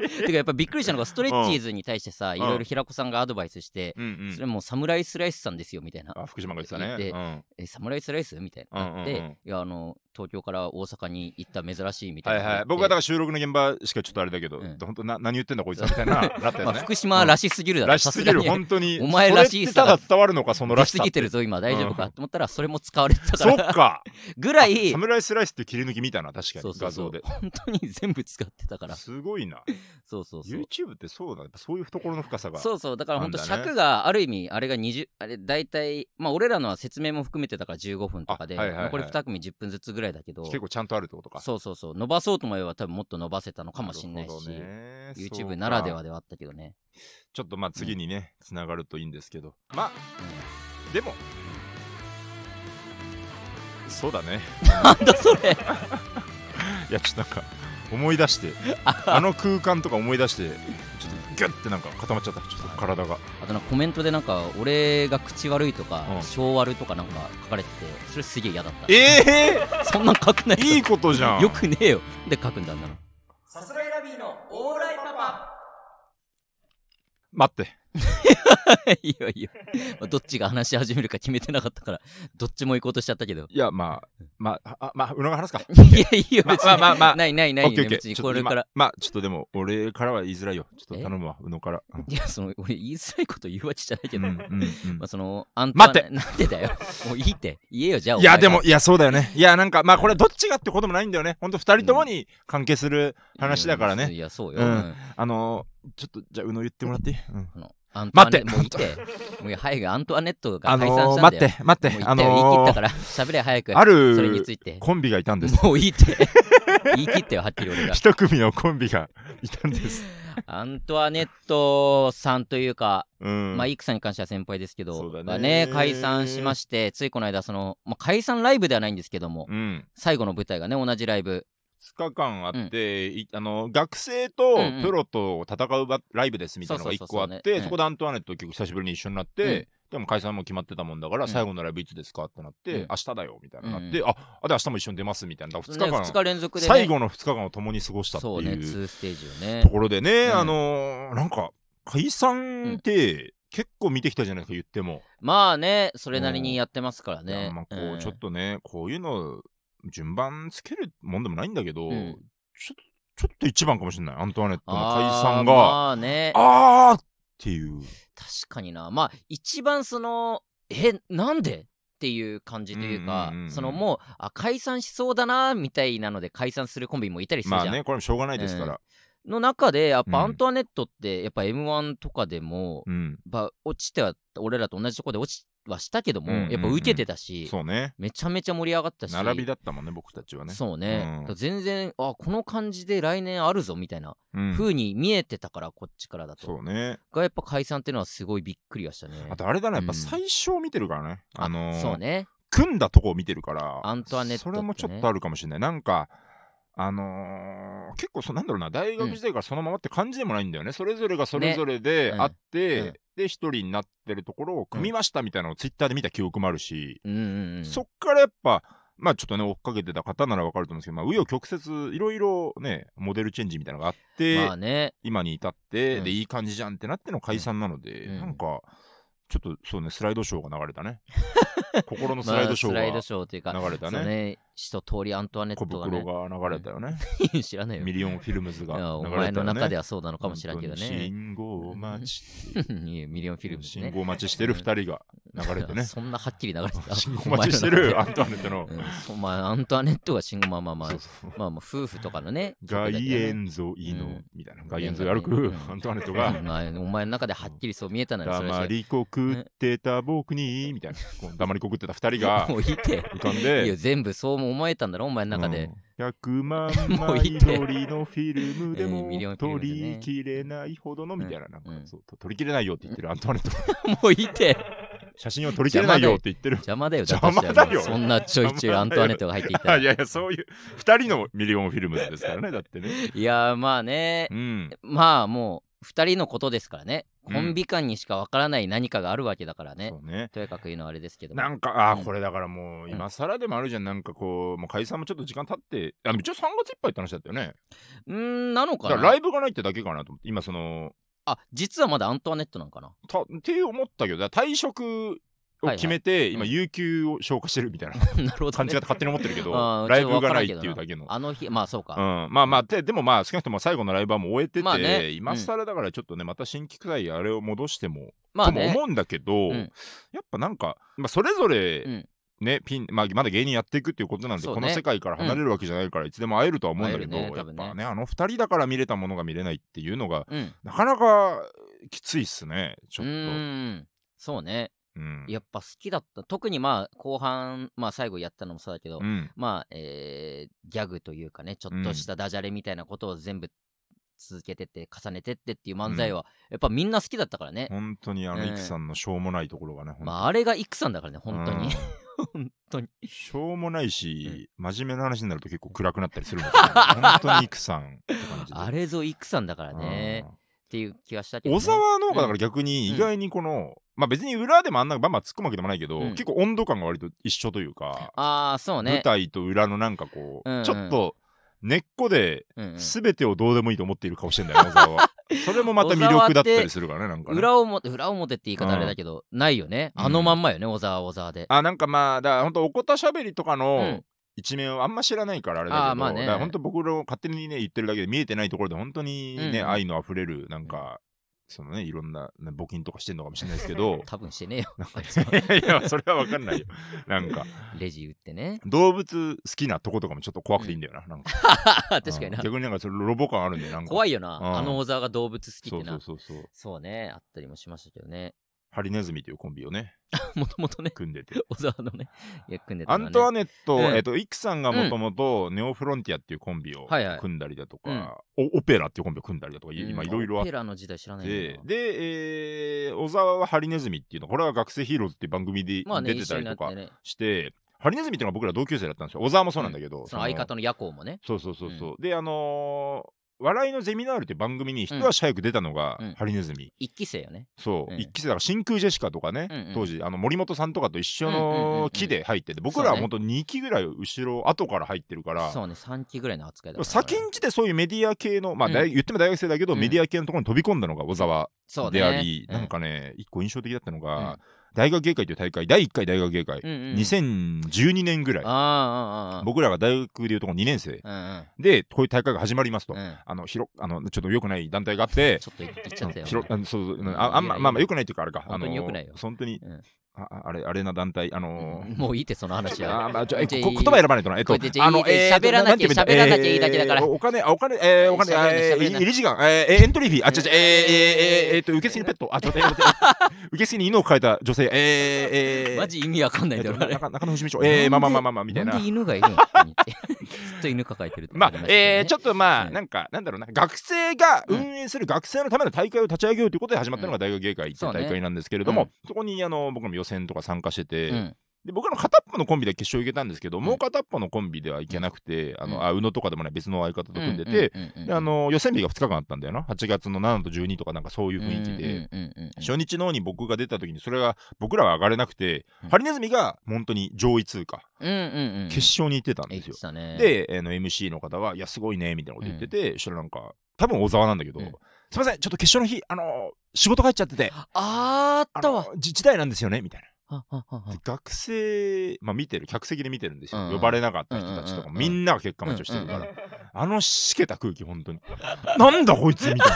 A: てかやっぱびっくりしたのがストレッチーズに対してさ
B: ん
A: いろいろ平子さんがアドバイスして
B: うんうん
A: それもうサムライスライスさんですよみたいな
B: あ、福島が言ってた
A: で
B: ね。
A: えサムライスライスみたいなのがあって
B: うんうんうん
A: いやあの東京から大阪に行った珍しいみ
B: うん、
A: た
B: はいい
A: な
B: はい。僕
A: か
B: はだから収録の現場しかちょっとあれだけど、
A: うん
B: 本当な何言ってんだこいつはみたいな、なっ た
A: ま
B: よ
A: あ
B: ね。
A: 福島らしすぎるだろ
B: らしすぎる、
A: さがに
B: 本当に。
A: お前らしいさ
B: それってただ伝わるのか、そのら
A: 出
B: し
A: す
B: さっ。
A: ぎてるぞ今大丈夫
B: う
A: か
B: ん
A: と思ったらそれも使われてたか
B: そっ
A: ら
B: か。
A: ぐら い
B: サムライスライスっていう切り抜き見たな、確か
A: そう
B: に、
A: そう
B: 画
A: そう
B: 像で。
A: 本当に全部使ってたから
B: すごいな。
A: そうそうそう
B: YouTube ってそうだ、やっぱそういう懐の深さが。
A: そうそうだから本当
B: なんだね
A: 尺がある意味あれが20あれ大体まあ俺らのは説明も含めてだから15分とかで
B: あはいはいはい
A: 残り2組10分ずつぐらいだけど
B: 結構ちゃんとあるってことか。
A: そうそうそう伸ばそうと思えば多分もっと伸ばせたのかもしれない
B: るほ
A: し
B: どね
A: YouTube ならで。
B: そ
A: は
B: うか
A: ではあったけどね
B: ちょっとまあ次にね、つながるといいんですけど。まあ、でも。そうだね。
A: なんだそれ
B: いや、ちょっとなんか、思い 出して、あの空間とか思い出して、ちょっとギュッてなんか固まっちゃった、ちょっと体が。
A: あとなんかコメントでなんか俺が口悪いとか
B: うん
A: 性悪とかなんか書かれててそれすげえ嫌だった
B: ええ
A: そんなん書くない
B: いいことじゃん。
A: よくねえよで書くんだあんなの さすらいラビーのオーライパパ
B: 待って。
A: いやいや、まあどっちが話し始めるか決めてなかったから、どっちも行こうとしちゃったけど。
B: いや、まあ、まあ、あまあ、うのが話すか。
A: いや、いいよ、
B: ま
A: 別に。
B: まあまあ
A: ないないな
B: オ
A: い、
B: ッケーオッケ
A: 別に
B: ー。
A: これから。
B: まあ、ちょっとでも、俺からは言いづらいよ。ちょっと頼むわ、うのから。うん
A: いや、その、俺言いづらいこと言うわけじゃないけど、
B: うんうんうん
A: まあ、その、あんた
B: 待って
A: なんでだよ。もういいって、言えよ、じゃあ。
B: いや、
A: お前
B: で
A: が
B: も、、いや、そうだよね。いや、なんか、まあ、これはどっちがってこともないんだよね。ほんと、二人ともに関係する話だから
A: うん
B: ね。
A: いや、そうよ。
B: う
A: うんん
B: あのー、ちょっと、じゃあ、うの言ってもらっていい、うん
A: あのアントワ
B: 待っ
A: ネ
B: て
A: もういいって。もういい早くアントワネットが
B: あ
A: 解散
B: の
A: した
B: ー、
A: ん
B: 待
A: だ
B: っ
A: よ。
B: て、待って、
A: も
B: あ
A: う言ってよ言い切った
B: の
A: か
B: ー、
A: ら、喋れ、早く。
B: あ
A: それに
B: る
A: ついて。
B: コンビがいたんです。
A: もういいって。 言い切ってよ、はっきり俺が。
B: 一組のコンビがいたんです。
A: アントワネットさんというか、
B: うん。
A: まあ、イクさんに関しては先輩ですけ
B: そう
A: ど、
B: だ
A: が
B: ね
A: ね解散しまして、ついこの間、その、まあ、解散ライブではないんですけども、
B: うん。
A: 最後の舞台がね、同じライブ。
B: 2日間あって、いあの学生と
A: うんうん
B: プロと戦う場ライブですみたいなのが1個あ
A: そうそう
B: っ
A: そうそう
B: て
A: ね
B: そこでアントワネット結構久しぶりに一緒になって、でも解散も決まってたもんだから、
A: うん
B: 最後のライブいつですかってなって、
A: うん
B: 明日だよみたいなのがあって、
A: う
B: ああで明日も一緒に出ますみたいなだから2日
A: ね
B: 間、
A: 二日連続で、ね、
B: 最後の2日間を共に過ごしたって
A: そうね、
B: いう
A: 2ステージを
B: と
A: ね。
B: ころでね、
A: うん
B: あのーなんか解散って結構見てきたじゃないですか言っても、
A: まあね、それなりにやってますから
B: い
A: ね
B: や。まあこ
A: ん
B: うちょっとね、こういうの順番つけるもんでもないんだけど、
A: うん
B: ちょちょっと一番かもしれないアントワネットの
A: あー
B: 解散が。
A: まあね、
B: あーっていう。
A: 確かにな。まあ、一番その、え、なんでっていう感じというか、
B: うんうんうんうん
A: そのもうあ解散しそうだなみたいなので解散するコンビもいたりするじ
B: ま
A: ゃん、
B: あね、これもしょうがないですから。
A: の中でやっぱ
B: うん
A: アントワネットってやっぱ m 1とかでも、
B: うん。
A: やっぱ落ちては俺らと同じとこで落ちはしたけども、
B: うんうんうん
A: やっぱ受けてたし
B: そうね。
A: めちゃめちゃ盛り上がったし
B: 並びだったもんね、僕たちはね。
A: そうね、
B: うん
A: だから全然あこの感じで来年あるぞみたいな
B: うん
A: 風に見えてたから、こっちからだと
B: そうね。
A: がやっぱ解散っていうのはすごいびっくりはしたね
B: あとあれだな、やっ
A: う
B: ぱ
A: ん
B: 最初を見てるからね。あのー
A: そうね
B: 組んだとこを見てるから。
A: アントワネットって
B: そ
A: ね
B: れもちょっとあるかもしれない。なんか、あのー結構そうなんだろうな大学時代からそのままって感じでもないんだよね、それぞれがそれぞれで
A: ね
B: あって、
A: うんうん
B: で一人になってるところを組みましたみたいなのをツイッターで見た記憶もあるし、
A: うんうんうん
B: そっからやっぱ、まあちょっとね、追っかけてた方ならわかると思うんですけど、まあ、紆余曲折、いろいろね、モデルチェンジみたいなのがあって、
A: まあね
B: 今に至って、
A: うん
B: で、いい感じじゃんってなっての解散なので、
A: うん
B: なんか、ちょっ とそうね、スライドショーが流れたね。心のスライドショー
A: まあスライド
B: が
A: ショーというか
B: 流れた
A: そう
B: ね。
A: ね一通りアントワネッ
B: 小
A: トがね
B: 袋が流れたよね。
A: 知らないよ
B: ミリオンフィルムズが
A: い
B: 流れた
A: や
B: よ
A: お
B: ね。
A: 前の中ではそうなのかもしれんけど
B: 本当に
A: ね
B: 信号待ち。
A: いやミリオンフィルムです
B: 信
A: ね
B: 号待ちしてる二人が流れてね。
A: そんなはっきり流れてた
B: 信号待ちしてるアントワネット
A: お
B: の
A: 前。の中でうんそうまあアントワネットが信号まあまあまあ
B: そうそう
A: まあまあ夫婦とかのね
B: 外
A: ン
B: 縁沿いうの
A: ん、
B: みたいな。外縁沿い歩く
A: うん
B: アントワネットが。
A: まあ、お前の中ではっきりそう見えたならそれ
B: 黙
A: は知
B: りこくってた僕に、みたいな。こう黙りこくってた二人
A: ら
B: が
A: んもういいって
B: 浮かん
A: いいよ
B: で。
A: 全部そう思えたんだろお前の中で、
B: うん100万
A: もういい
B: 枚
A: って
B: 鳥のフィルムで
A: えー
B: も
A: ミリオンフィルムズね
B: 取りきれないほどのみたいな、なんか
A: うん
B: そう取りきれないよって言ってるアントワネット
A: もういいって
B: 写真を撮りきれないよって言ってる。
A: 邪魔だよ
B: 邪魔だよ
A: 私はそんなちょいちょいアントワネットが入っていたら
B: いやいや、そういう2人のミリオンフィルムズですからね、だってね。
A: いやーまあね
B: うん。
A: まあもう2人のことですからね
B: うん
A: コンビ間にしかわからない何かがあるわけだからね、
B: そうね。
A: とやかく言うのはあれですけども
B: なんか、あ
A: う
B: ー
A: ん
B: これだからもう、今更でもあるじゃん、なんかこう、もう解散もちょっと時間経って、あ一応3月いっぱいって話だったよね。
A: うーんなの
B: だ
A: か
B: か
A: な
B: らライブがないってだけかなと思って、今その、
A: あ実はまだアントワネットなんかな
B: たって思ったけど、だから退職を決めて、
A: いは
B: 今、
A: い
B: 有給を消化してるみたいな
A: なるほど、
B: 感
A: ね
B: じ、方勝手に思ってるけ ど
A: あ、ー
B: ラ
A: ち
B: イ
A: ょと
B: ブ
A: わ
B: が
A: か
B: な
A: らん
B: いっ
A: け
B: て
A: ど
B: いうだけの。
A: あの日まあそうか、
B: うん、まあまあででもまあ少なくとも最後のライブはもう終えてて、
A: まあね
B: 今更だからちょっとねまた新規くらいあれを戻しても、
A: まあ
B: とも
A: ね
B: 思うんだけど、
A: うん
B: やっぱなんか、まあ、それぞれ、
A: うん
B: ねピンまあ、まだ芸人やっていくっていうことなんで、
A: そう
B: こ
A: ね
B: の世界から離れるわけじゃないから、いつでも会えるとは思うんだけど、
A: 会えるね
B: や
A: 多
B: っ
A: 分ね
B: ぱねあの2人だから見れたものが見れないっていうのが
A: うん
B: なかなかきついっすねちょ
A: う
B: っと。
A: ーんそうね
B: うん
A: やっぱ好きだった特にまあ後半まあ最後やったのもそうだけど、
B: うん
A: まあ、えーギャグというかねちょっとしたダジャレみたいなことを全部続けてって重ねてってっていう漫才は、やっぱみんな好きだったからね、
B: 本当にあの、
A: ね
B: イクさんのしょうもないところがね、本当に
A: まああれがイクさんだからね本当に、本当に
B: しょうもないし、真面目な話になると結構暗くなったりするんで すよ、ね。本当にイクさんって感じで。
A: あれぞイクさんだからね
B: うん
A: っていう気がしたけど、ね、
B: 小沢の方がだから逆に
A: うん
B: 意外にこの、まあ別に裏でもあんなバンバン突っ込むわけでもないけど、
A: うん
B: 結構温度感が割と一緒というか、
A: ああそうね
B: 舞台と裏のなんかこう、
A: うんうん
B: ちょっと根っこで
A: うんうん
B: 全てをどうでもいいと思っている顔してんだよ、小沢 は。それもまた魅力だったりするからね、なんかね、
A: 裏表裏表って言い方あれだけど、ないよねあのまんまよね小沢は小沢で、
B: あ、なんかまあ、だから本当おこたしゃべりとか
A: う
B: の、
A: ん
B: 一面をあんま知らないからあれだけ
A: あ
B: ど、
A: ーまあね
B: だから本当僕の勝手にね言ってるだけで見えてないところで本当にね、
A: うん
B: 愛のあふれるなんか、そのねいろんな、ね募金とかしてんのかもしれないですけど
A: 多分してねえよ
B: いやいやそれは分かんないよなんか
A: レジ打ってね
B: 動物好きなとことかもちょっと怖くていいんだよな,、なんか
A: 確かに
B: う
A: なん
B: 逆になんかそれロボ感あるんでなんか
A: 怖
B: い
A: いよな、
B: うん
A: あの小沢が動物好きって
B: そ
A: な
B: うそうそうそう
A: そうね、あったりもしましたけどね。
B: ハリネズミというコンビをね
A: もともとね、
B: 組んでて
A: 小沢のね、いや組んでた
B: ア
A: のはね
B: ントワネット、
A: うん
B: えっと、イクさんがもともとネオフロンティアっていうコンビを
A: はいはい
B: 組んだりだとか、
A: うん
B: おオペラっていうコンビを組んだりだとか、
A: うん
B: 今いろいろあ
A: オ
B: って
A: ペラの時代知らない
B: で
A: よ、な。
B: で、えー小沢はハリネズミっていうの、これは学生ヒーローズっていう番組で
A: まあね、
B: 出て
A: 一
B: た
A: 緒
B: り
A: にな
B: と
A: って
B: か
A: ね、
B: して、ハリネズミっていうのが僕ら同級生だったんですよ。小沢もそうなんだけど、
A: その相方の夜行もね。
B: そうそうそうそう。で、あのー笑いのゼミナールっていう番組に一足早く出たのが
A: うん
B: ハリネズミ。
A: 一期生よね。
B: そう、
A: うん
B: 一期生だから真空ジェシカとかね、
A: うんうん
B: 当時あの森本さんとかと一緒
A: うんうんうん
B: の木で入ってて、僕らは本当2期ぐらい後ろ後から入ってるから、
A: そうね、三期ぐらいの扱いだ
B: で
A: か
B: も
A: ら。
B: 先んじてそういうメディア系の、まあ、大言っても大学生だけど、
A: うん
B: メディア系のところに飛び込んだのが小沢
A: そうね
B: であり、
A: うん
B: なんかね、一個印象的だったの
A: う
B: が、
A: ん
B: 大学芸会という大会、第1回大学芸会、
A: うんうん、
B: 2012年ぐらい、
A: ああ、ああ、ああ。
B: 僕らが大学でいうとこ2年生
A: うん
B: で、こういう大会が始まりますと、
A: うん、うん。
B: あの広あのちょっと良くない団体があって、
A: ちょっと言っちゃったよ。
B: 広あのそうそう
A: うん
B: ああんま
A: いやいや
B: まあまあ良くないというかあれか、あ
A: 本当に良くないよ
B: の本当に、
A: うん
B: あああれあれな団体、あのー
A: もういいって、その話は。
B: あまあちょえ
A: じゃあ
B: こ
A: いい
B: 言葉選ばないとな。えっと
A: これでじゃあいいで
B: ー
A: 喋らなきゃ
B: んて言うんだ
A: 喋らなきゃいいだけだから
B: えーお金、あお金、えーお金、
A: 喋らない
B: え
A: 喋らな
B: ー
A: い
B: 入り時間、えーエントリーフィー、あ、違う違う、えーえーえーえーえーえーっと、受付にペット、あ、ちょっと、えー待って受付に犬を飼えた女性、えーえー
A: マジ意味わかんな
B: え
A: い
B: ー
A: だ
B: っ
A: ろ、
B: と
A: あれ。
B: 中中野不死町、
A: なん
B: え
A: で
B: ー、まあまあまあまあまあ、みたい
A: な
B: な。
A: んで犬がいるのここにずっと犬抱えてるって
B: まあ
A: りし、たけどね
B: えー、ちょっとまあ、
A: うん
B: なんか、なんだろうな、学生が運営する学生のための大会を立ち上げようということで始まったのが大学芸会っていう大会なんですけれ
A: そ
B: ど
A: う
B: も
A: ね、
B: そこにあの僕も予選とか参加してて、
A: うん
B: で僕の片っぽのコンビで決勝行けたんですけど、
A: ん
B: もう片っぽのコンビでは行けなくて、あ
A: う
B: の
A: ん
B: あ宇野とかでもない別の相方と組んでて、、
A: うんうんうんうん
B: であの予選日が2日間あったんだよな8月の7と12とかなんかそういう雰囲気で、
A: うんうんうんうん
B: 初日の方に僕が出た時にそれが僕らは上がれなくて、
A: うん
B: ハリネズミが本当に上位通過、
A: うんうんうん
B: 決勝に行ってたんですよ
A: 行っ、てたね、
B: で、えーの MC の方は「いやすごいね」みたいなこと言ってて、そしたらなんか多分小沢なんだけど、
A: うん
B: すいませんちょっと決勝の日あのー仕事帰っちゃってて
A: あーあ
B: あ
A: ったわ
B: の。ーじ時代なんですよね」みたいな。
A: はははは
B: で学生、まあ、見てる客席で見てるんですよ、
A: うんうん
B: 呼ばれなかった人たちとか
A: うんうん
B: も、
A: うん
B: みんなが結果待ちをしてるから、
A: うんう
B: あのしけた空気本当になんだこいつみたい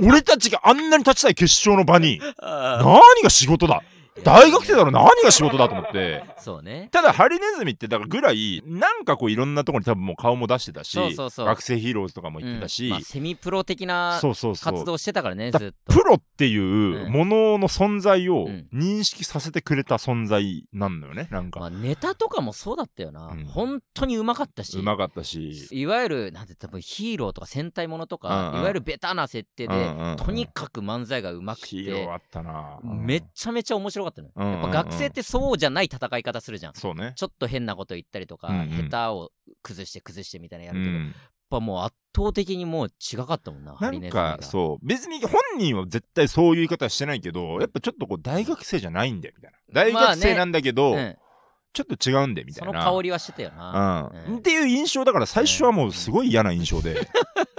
B: な俺たちがあんなに立ちたい決勝の場に
A: あ
B: 何が仕事だ
A: ー
B: 大学生だろ何が仕事だと思って
A: そうね。
B: ただハリネズミってだからぐらいなんかこういろんなところに多分もう顔も出してたし
A: そうそうそう
B: 学生ヒーローズとかも行ってた
A: う
B: し、
A: んまあセミプロ的な
B: そうそうそう
A: 活動してたからね、
B: だ
A: ずっと。
B: プロっていううんものの存在を
A: うん
B: 認識させてくれた存在なんだよねなん
A: ま
B: か
A: あ、ネタとかもそうだったよな。
B: うん
A: 本当にうまかったし。
B: うまかったし
A: いわゆるなんて多分ヒーローとか戦隊ものとか、
B: うんうん
A: いわゆるベタな設定で、
B: うんうんうん
A: とにかく漫才がうまく
B: ヒーロー
A: て、
B: あったな
A: めっちゃめちゃ面白かったのよ。
B: うんうんうん
A: やっぱ学生ってそうじゃない戦い方するじゃん。
B: そうね
A: ちょっと変なこと言ったりとか、
B: うんうん
A: 下手を崩して崩してみたいなのやるけど、やっ
B: ん
A: ぱもう圧倒的にもう違かったもんな、ハ
B: な
A: リネ
B: ん
A: ズミが
B: かそう別に本人は絶対そういう言い方はしてないけどやっぱちょっとこう大学生じゃないんだよみたいな大
A: まあ
B: 学
A: ね
B: 生なんだけど、
A: うん、
B: ちょっと違うんでみた
A: そ
B: いな
A: の香りはしてたよな。
B: う、
A: うんん
B: っていう印象だから最初はもうすごい嫌な印 象で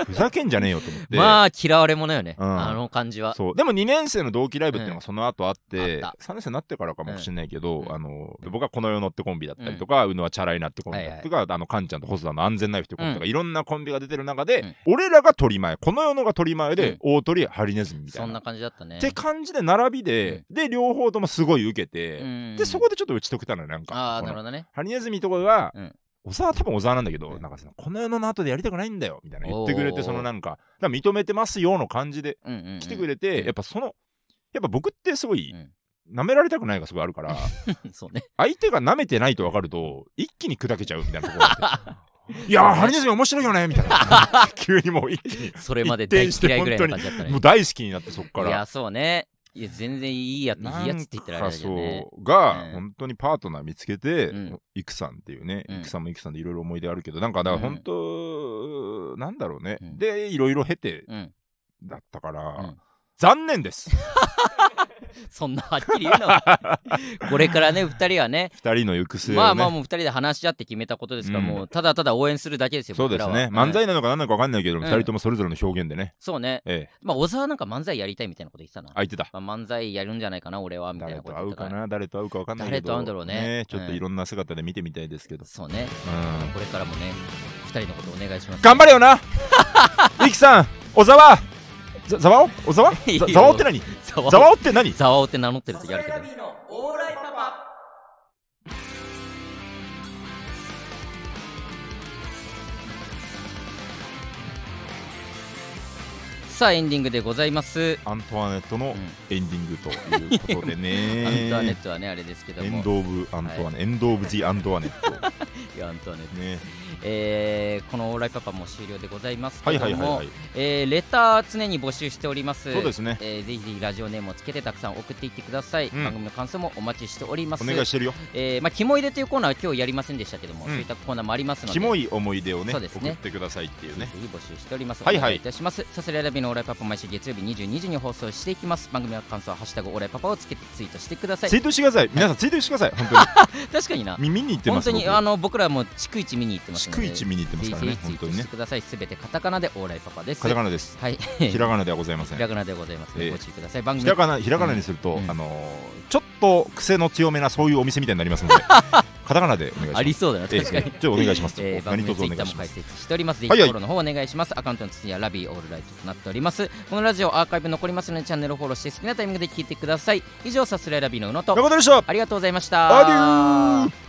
B: ふざけんじゃねえよと思って、
A: まあ嫌われ者よね、
B: うん
A: あの感じは。
B: そうでも2年生の同期ライブっていうの
A: うん
B: がその後あって、
A: あっ
B: 3年生になってからかもしれないけど、
A: うん
B: あの僕はこの世のってコンビだったりとか、うのはチャラいなってコンビだったりとか、あのカンちゃんと細田の安全ナイフってコンビとか、いろんなコンビが出てる中で、俺らが取り前この世のが取り前で、
A: うん
B: 大鳥ハリネズミみた
A: そ
B: い
A: ん
B: な。
A: な感じだったね。
B: って感じで並びで、で両方ともすごい受けて、でそこ
A: で
B: でちょっと打ち解けたのよなんか
A: ああ、
B: そ
A: な
B: の
A: るほどね。
B: ハリネズミとかが、
A: うん
B: 小沢多分小沢なんだけど、
A: うん
B: なんかそのこの世の後でやりたくないんだよみたいな言ってくれ
A: お
B: て
A: ー
B: そのなんかだから認めてますよの感じで
A: うんうんうん
B: 来てくれて、
A: うん
B: やっぱそのやっぱ僕ってすごい
A: うん
B: 舐められたくないがすごいある から、
A: そうね。
B: 相手が舐めてないと分かると一気に砕けちゃうみたいなところがあ って。いやーハリネズミ面白いよねみたいな急にもう一気に
A: それまで大嫌いぐらいの感じだった
B: も
A: ね
B: う。大好きになってそっか
A: い
B: ら
A: や、そうね。いや、全然いいやつ、いいやつって言ったらあれだけど
B: なん
A: ね。
B: かそうが、
A: うん
B: 本当にパートナー見つけて、
A: うん
B: いくさんっていうね、
A: うん
B: いくさんもいくさんでいろいろ思い出あるけど、なんかだから本当、なんだろうね、
A: うん
B: でいろいろ経て
A: うん。
B: だったから、
A: ん
B: 残念です。
A: そんな はっきり言うのは。これからね、二人はね。
B: 二人の行く末を ね。
A: まあまあ、もう二人で話し合って決めたことですから、
B: うん
A: もうただただ応援するだけですよ、
B: そうです
A: 僕ら
B: ね
A: は。
B: 漫
A: うん
B: 才なのか何なのか分かんないけど、
A: ん
B: 二人ともそれぞれの表現でね、
A: そうね。
B: ええ、
A: まあ、小沢なんか漫才やりたいみたいなこと言ってたな。
B: 相手だ。
A: まあ漫才やるんじゃないかな、俺は、みたい
B: 誰
A: なことと言っ
B: 会う
A: てた
B: か
A: から。
B: な誰と会うか分かんないけ
A: 誰
B: ど
A: と会うんだろうね
B: ちょっといろんな姿で見てみたいですけど、
A: そうね。
B: うん
A: これからもね、二人のことお願いします。
B: 頑張れ よないくさん小沢ざざわお小沢
A: いいよ
B: ざざわおって何
A: ざ
B: ざわ
A: わ
B: おって何
A: おざわおって名乗ってる時あるけど。さあ、エンディングでございます。
B: アントワネットのエンディングということ で
A: アントワネッ
B: ね。
A: トはね、あれですけど
B: エ
A: も
B: ン。ド・オブ・アントワネ、エンド・オブ・ジ・アントワネット。
A: いやアントワネット
B: ね、
A: えーこのオーライパパも終了でございますけ
B: はい
A: れども、
B: はいはいはい。
A: えーレター常に募集しております。
B: そうですね。
A: えーぜひぜひラジオネームをつけてたくさん送っていってください、
B: うん
A: 番組の感想もお待ちしております
B: お願いしてるよ。
A: えーまあ、キモいでというコーナーは今日やりませんでしたけども、
B: うん
A: そういったコーナーもありますので
B: キモい思い出をね、
A: そう
B: 送
A: ですね
B: ってくださいっていうね。
A: ぜひ募集しております。
B: はい
A: お
B: はい
A: 願いいたします。さすらいラビのオーライパパ毎週月曜日22時に放送していきます。番組の感想はハッシュタグオーライパパをつけてツイートしてください
B: ツ。イートしてください。皆さんツイートしてください。本
A: 確かにな
B: 当。に。見に行ってま
A: 本当
B: す。
A: に
B: 僕
A: あの僕らも逐一見に行ってますので。
B: 逐一見に行ってますから
A: ぜ
B: ね。
A: ひぜ
B: 本
A: ひツ
B: 当
A: イートして
B: にね。
A: ください。すべてカタカナでオーライパパです。
B: カタカナです。
A: はい。
B: ひらがなではございませ
A: ひ
B: ん。
A: ら
B: ひ
A: がなでございます。
B: ええ
A: ご注意ください。番組
B: らがな、ひらがなにすると
A: う、ん
B: あのー、ちょっと癖の強めなそういうお店みたいになります ので、カタカナでお願いします。
A: ありそうだな。
B: ええ
A: 確かに。
B: ちょっとお願いします。
A: えー、番
B: 何
A: 組
B: 卒
A: ツ
B: お
A: イッタ
B: 願
A: ーも
B: いしま
A: 解
B: す。
A: 説しております。ぜひ
B: は
A: フ
B: いはい
A: ォローの方お願いします。アカウントの次はラビーオールライトとなっております。このラジオアーカイブ残りますのでチャンネルフォローして好きなタイミングで聞いてください。以上、さすらいラビーの宇野と
B: 誠でした
A: ありがとうございました。
B: アデュー